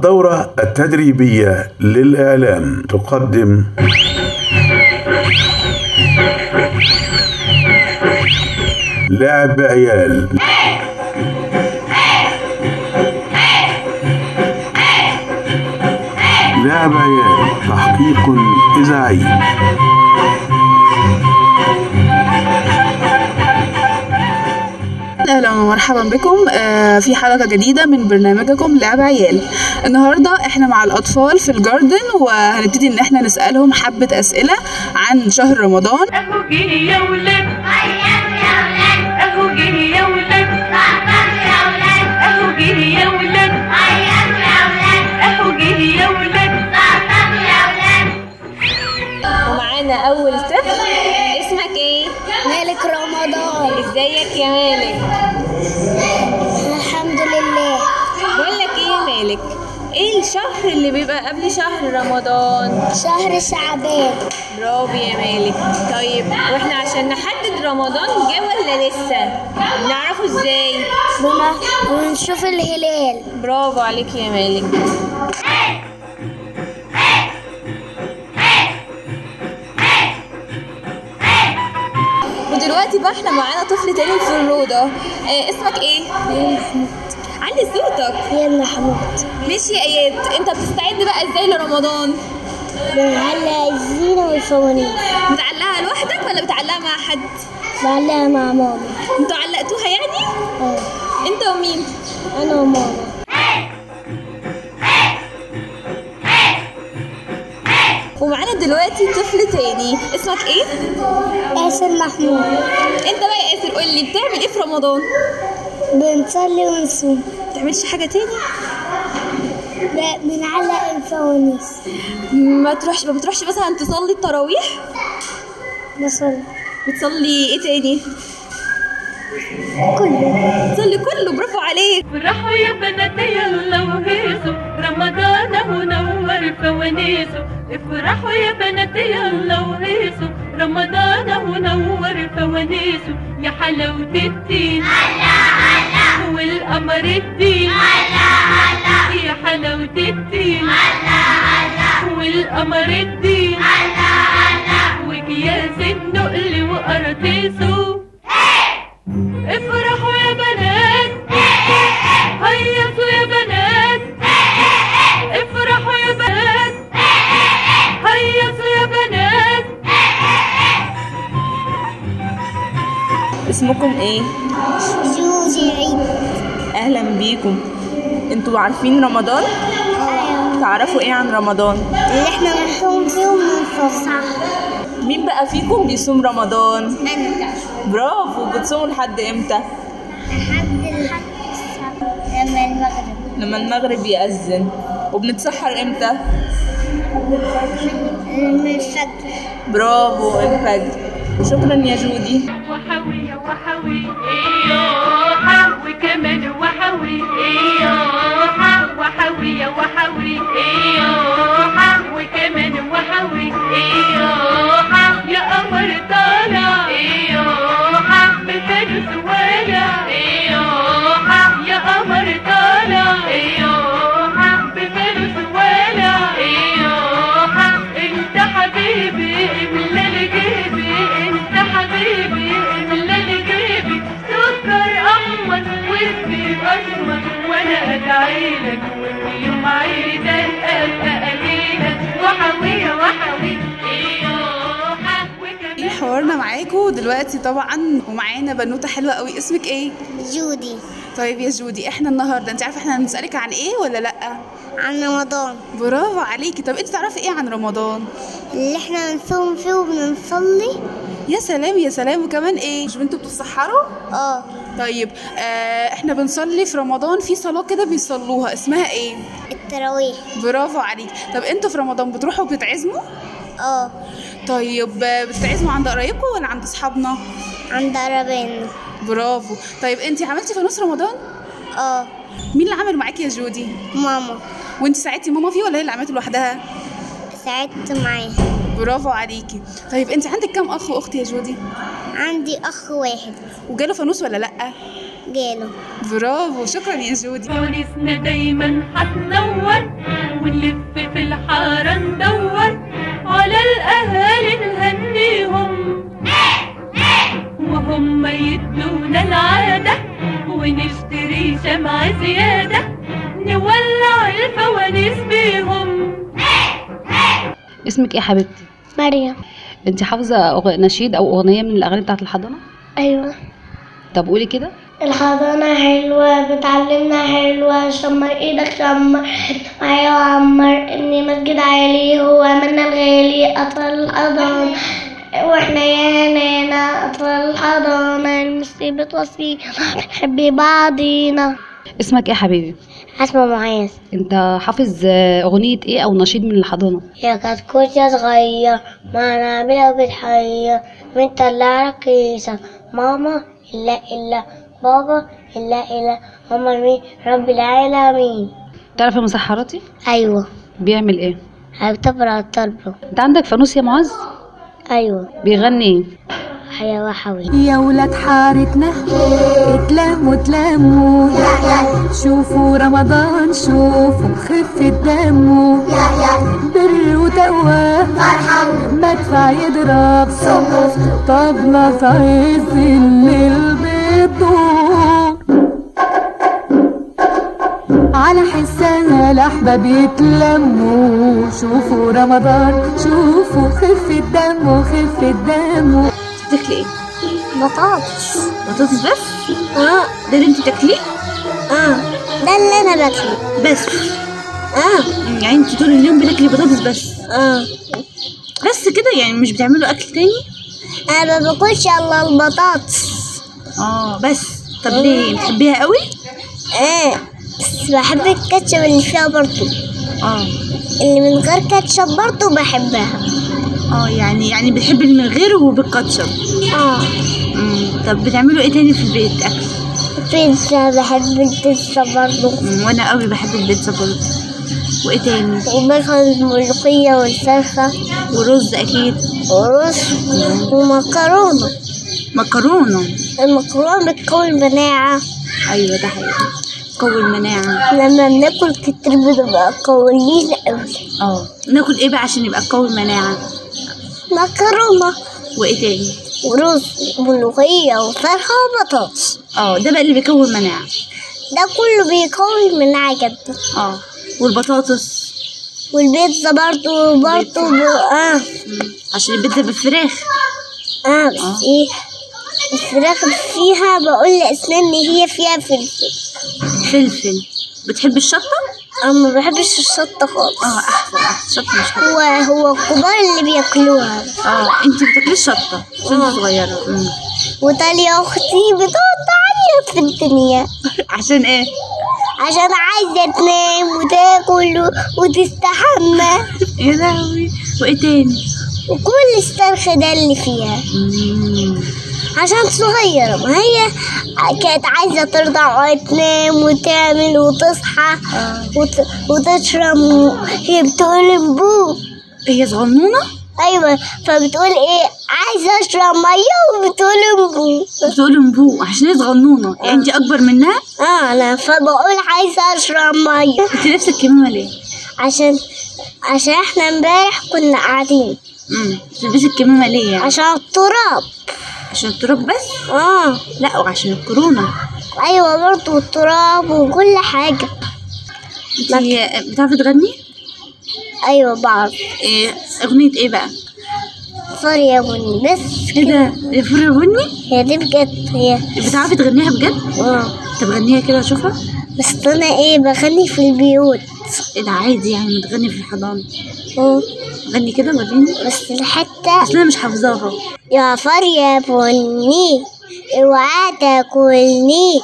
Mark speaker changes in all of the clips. Speaker 1: الدورة التدريبية للإعلام تقدم لعب عيال لعب عيال تحقيق إذاعي
Speaker 2: اهلا ومرحبا بكم آه، في حلقه جديده من برنامجكم لعب عيال النهارده احنا مع الاطفال في الجاردن وهنبتدي ان احنا نسالهم حبه اسئله عن شهر رمضان
Speaker 3: اهو جه يا ولاد اهو جه يا ولاد اهو جه يا ولاد اهو جه يا ولاد
Speaker 4: ومعانا اول طفل اسمك ايه
Speaker 5: مالك رمضان
Speaker 4: ازيك يا مالك
Speaker 5: الحمد لله
Speaker 4: بقول لك ايه يا مالك ايه الشهر اللي بيبقى قبل شهر رمضان
Speaker 5: شهر شعبان
Speaker 4: برافو يا مالك طيب واحنا عشان نحدد رمضان جه ولا لسه نعرفه ازاي
Speaker 5: بنا ونشوف الهلال
Speaker 4: برافو عليك يا مالك ودلوقتي بقى احنا معانا طفل تاني في الروضة اه اسمك ايه؟ علي صوتك
Speaker 5: يلا حمود
Speaker 4: ماشي يا اياد انت بتستعد بقى ازاي لرمضان
Speaker 5: بنعلق الزينة والفوانيس
Speaker 4: بتعلقها لوحدك ولا بتعلقها مع حد
Speaker 5: بعلقها مع ماما
Speaker 4: انتوا علقتوها يعني
Speaker 5: اه
Speaker 4: انت ومين
Speaker 5: انا وماما
Speaker 4: ومعانا دلوقتي طفل تاني اسمك ايه
Speaker 5: قاسم محمود
Speaker 4: انت بقى يا ياسر قول لي بتعمل ايه في رمضان
Speaker 5: بنصلي ونصوم
Speaker 4: ما بتعملش حاجه تاني
Speaker 5: ب- بنعلق الفوانيس
Speaker 4: ما تروحش ما بتروحش مثلا تصلي التراويح
Speaker 5: بصلي
Speaker 4: بتصلي
Speaker 6: إيه
Speaker 4: ايه تاني
Speaker 5: كله
Speaker 4: بتصلي كله برافو عليك
Speaker 3: فرحوا يا بناتي يلا وهيصوا رمضان اهو نور فوانيسه افرحوا يا بناتي يلا وهيصوا رمضان اهو نور فوانيسه يا حلاوة الدين والقمر الدين يا حلاوة الدين والقمر الدين وكياس النقل وقراطيسه افرحوا يا بنات هيصوا يا بنات افرحوا يا بنات هيصوا يا بنات
Speaker 6: اسمكم ايه؟
Speaker 5: جوزي عيد
Speaker 6: اهلا بيكم انتوا عارفين رمضان؟ تعرفوا ايه عن رمضان؟
Speaker 5: آه، اللي احنا بنصوم فيه وبنفطر صح
Speaker 6: مين بقى فيكم بيصوم رمضان؟
Speaker 5: انا
Speaker 6: برافو بتصوموا لحد امتى؟
Speaker 5: لحد لحد السبت لما المغرب
Speaker 6: لما المغرب يأذن وبنتسحر امتى؟
Speaker 5: من الفجر
Speaker 6: برافو الفجر شكرا يا جودي
Speaker 3: وحوي يا وحوي ايوه وكمان وحوي ايوه وحوي يا وحوي ايوه وكمان وحوي ايوه يا قمر طالع ايوه بفارس ولا ايوه يا قمر طالع ايوه بفارس ولا ايوه انت حبيبي املا جيبي انت حبيبي املا جيبي سكر احمر وفي اسمر وانا ادعي لك وفي يوم عيدك ابقى قليلك وحويه وحوي ايوه وكمان
Speaker 2: حوارنا معاكم دلوقتي طبعا ومعانا بنوته حلوه قوي اسمك ايه
Speaker 5: جودي
Speaker 2: طيب يا جودي احنا النهارده انت عارفه احنا هنسالك عن ايه ولا لا
Speaker 5: عن رمضان
Speaker 2: برافو عليكي طب انت تعرفي ايه عن رمضان
Speaker 5: اللي احنا بنصوم فيه وبنصلي
Speaker 2: يا سلام يا سلام وكمان ايه مش انتوا بتتسحروا
Speaker 5: اه
Speaker 2: طيب آه احنا بنصلي في رمضان في صلاه كده بيصلوها اسمها ايه
Speaker 5: التراويح
Speaker 2: برافو عليك طب انتوا في رمضان بتروحوا بتتعزموا
Speaker 5: اه
Speaker 2: طيب آه، بتتعزموا عند قرايبكم ولا عند اصحابنا
Speaker 5: عند عربينا
Speaker 2: برافو طيب انت عملتي فانوس رمضان
Speaker 5: اه
Speaker 2: مين اللي عمل معاكي يا جودي
Speaker 5: ماما
Speaker 2: وانت ساعدتي ماما فيه ولا هي اللي عملته لوحدها
Speaker 5: ساعدت معاه
Speaker 2: برافو عليكي طيب انت عندك كام اخ واخت يا جودي
Speaker 5: عندي اخ واحد
Speaker 2: وجاله فانوس ولا لا
Speaker 5: جاله
Speaker 2: برافو شكرا يا جودي
Speaker 3: فوانيسنا دايما هتنور ونلف في الحارة ندور على الأهالي نهنيهم وهم يدونا العادة ونشتري شمعة زيادة نولع الفوانيس بيهم
Speaker 7: اسمك ايه يا حبيبتي
Speaker 5: مريم
Speaker 7: انت حافظه أغ- نشيد او اغنيه من الاغاني بتاعه الحضانه
Speaker 5: ايوه
Speaker 7: طب قولي كده
Speaker 5: الحضانة حلوة بتعلمنا حلوة شمر ايدك شمر معايا وعمر اني مسجد عالي هو منا الغالي اطفال الحضانة واحنا يا نانا اطفال الحضانة المصيبة وصينا بنحب بعضينا
Speaker 7: اسمك ايه يا حبيبي
Speaker 5: اسمع معاذ
Speaker 7: انت حافظ آه، اغنيه ايه او نشيد من الحضانه
Speaker 5: يا كتكوت يا صغير ما نعملها بتحير من طلع رقيصة ماما إلا إلا بابا إلا إلا هما مين رب العالمين
Speaker 7: تعرف يا مسحراتي
Speaker 5: أيوة
Speaker 7: بيعمل ايه
Speaker 5: هيتبر على الطلبة
Speaker 7: انت عندك فانوس يا معز
Speaker 5: أيوة
Speaker 7: بيغني ايه
Speaker 5: حيا وحوي
Speaker 8: يا ولاد حارتنا اتلموا اتلموا شوفوا رمضان شوفوا خفة دمه بر وتقوى مدفع يضرب طبلة تعز الليل بتدور على حسها الأحباب يتلموا شوفوا رمضان شوفوا خفة دمه خفة دمه
Speaker 6: تاكلي ايه؟
Speaker 5: بطاطس
Speaker 6: بطاطس بس؟
Speaker 5: آه
Speaker 6: ده اللي انت بتاكليه؟
Speaker 5: آه ده اللي أنا باكله
Speaker 6: بس
Speaker 5: آه
Speaker 6: يعني انت طول اليوم بتاكلي بطاطس بس
Speaker 5: آه
Speaker 6: بس كده يعني مش بتعملوا اكل تاني؟
Speaker 5: أنا ما باكلش إلا البطاطس
Speaker 6: اه بس طب ليه بتحبيها قوي؟
Speaker 5: آه بس بحب الكاتشب اللي فيها برضو
Speaker 6: اه
Speaker 5: اللي من غير كاتشب برضو بحبها
Speaker 6: اه يعني يعني بتحبي اللي من غيره وبالكاتشب
Speaker 5: آه
Speaker 6: مم، طب بتعملوا ايه تاني في البيت اكل؟
Speaker 5: بيتزا بحب البيتزا برضه
Speaker 6: مم، وانا قوي بحب البيتزا برضه وايه تاني؟
Speaker 5: ومثلا الملوخية والفرخة
Speaker 6: ورز اكيد
Speaker 5: ورز ومكرونة
Speaker 6: مكرونه
Speaker 5: المكرونة بتقوي المناعة
Speaker 6: ايوه ده حقيقي تقوي المناعه
Speaker 5: لما بناكل كتير بنبقى قويين أوي
Speaker 6: اه ناكل ايه بقى عشان يبقى تقوي المناعه
Speaker 5: مكرونة
Speaker 6: وايه تاني
Speaker 5: ورز وملوخية وفرخة وبطاطس
Speaker 6: اه ده بقى اللي بيكون مناعه
Speaker 5: ده كله بيقوي المناعة جدا
Speaker 6: اه والبطاطس
Speaker 5: والبيتزا برضه برضه ب... آه
Speaker 6: مم، عشان البيتزا بالفراخ
Speaker 5: آه بس إيه الفراخ فيها بقول لأسنان إن هي فيها فلفل
Speaker 6: فلفل بتحب الشطه
Speaker 5: أنا ما بحبش الشطة خالص
Speaker 6: اه احسن احسن شطه مش حلوه
Speaker 5: هو هو الكبار اللي بياكلوها
Speaker 6: اه انت بتاكلي الشطه عشان انت صغيره مم.
Speaker 5: وتانية أختي بتقعد تعيط في الدنيا
Speaker 6: عشان ايه
Speaker 5: عشان عايزة تنام وتاكل و- وتستحمى
Speaker 6: يا لهوي وايه تاني
Speaker 5: وكل الصرخ ده اللي فيها
Speaker 6: مم.
Speaker 5: عشان صغيرة ما هي كانت عايزة ترضع وتنام وتعمل وتصحى
Speaker 6: آه.
Speaker 5: وت... وتشرب هي بتقول انبوب
Speaker 6: هي صغنونه
Speaker 5: أيوة فبتقول إيه عايزة أشرب مية وبتقول انبوب
Speaker 6: بتقول انبوء عشان هي صغنونه يعني انت اكبر منها
Speaker 5: اه انا فبقول عايزه اشرب ميه
Speaker 6: انت لابسه الكمامه ليه
Speaker 5: عشان عشان احنا امبارح كنا قاعدين
Speaker 6: امم بتلبسي الكمامه ليه يعني
Speaker 5: عشان التراب
Speaker 6: عشان التراب بس
Speaker 5: اه
Speaker 6: لا وعشان الكورونا
Speaker 5: ايوه برضو التراب وكل حاجه
Speaker 6: انت بتعرفي تغني
Speaker 5: ايوه بعض
Speaker 6: إيه اغنيه ايه بقى
Speaker 5: سوري يا بني بس
Speaker 6: ايه ده يا فر بني
Speaker 5: هي دي بجد هي
Speaker 6: بتعرفي تغنيها بجد
Speaker 5: اه
Speaker 6: طب غنيها كده اشوفها
Speaker 5: بس انا ايه بغني في البيوت
Speaker 6: ايه ده عادي يعني بتغني في الحضانه
Speaker 5: آه،
Speaker 6: غني كده وريني
Speaker 5: بس الحته
Speaker 6: اصل انا مش حافظاها
Speaker 5: يا فار يا بني اوعى تاكلني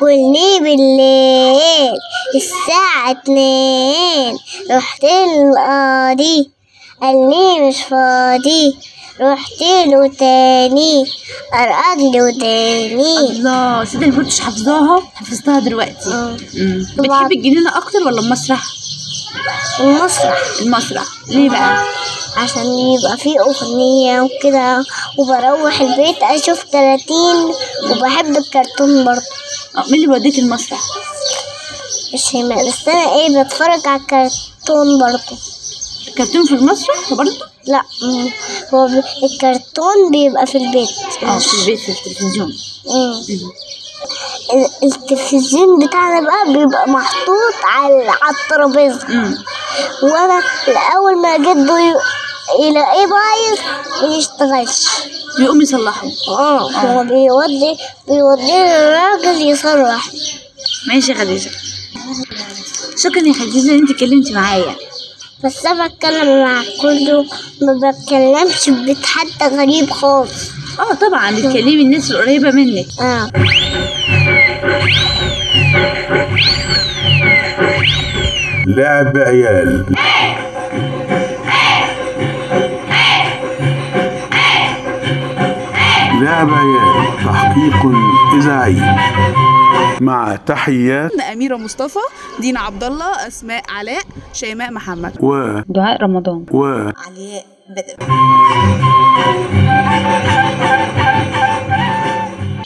Speaker 5: كلني بالليل الساعة اتنين رحت القاضي قال لي مش فاضي رحت له تاني أرقد له تاني
Speaker 6: الله صدق ما كنتش حافظاها حفظتها دلوقتي
Speaker 5: آه.
Speaker 6: مم. بتحبي الجنينه اكتر ولا المسرح
Speaker 5: المسرح
Speaker 6: المسرح ليه بقى
Speaker 5: عشان يبقى فيه أغنية وكده وبروح البيت أشوف كراتين وبحب الكرتون برضه
Speaker 6: آه، مين اللي بيوديك المسرح؟
Speaker 5: مش هما بس انا ايه بتفرج على الكرتون برضه
Speaker 6: كرتون في المسرح برضه؟
Speaker 5: لا مم. هو ب... الكرتون بيبقى في البيت
Speaker 6: اه في البيت في التلفزيون
Speaker 5: مم. ال- التلفزيون بتاعنا بقى بيبقى محطوط على على الترابيزه وانا اول ما جده ي- يلاقيه بايظ ما يشتغلش
Speaker 6: بيقوم يصلحه
Speaker 5: اه هو بيودي بيودي الراجل يصرح
Speaker 6: ماشي يا خديجه شكرا يا خديجه ان انت اتكلمتي معايا
Speaker 5: بس انا بتكلم مع كله ما بتكلمش بيت حد غريب خالص
Speaker 6: اه طبعا بتكلمي الناس القريبه منك
Speaker 5: اه
Speaker 1: لعب عيال لعب عيال تحقيق إذاعي مع تحيات
Speaker 2: أميرة مصطفى دينا عبد الله أسماء علاء شيماء محمد
Speaker 1: و
Speaker 7: دعاء رمضان
Speaker 1: و
Speaker 6: علياء بدر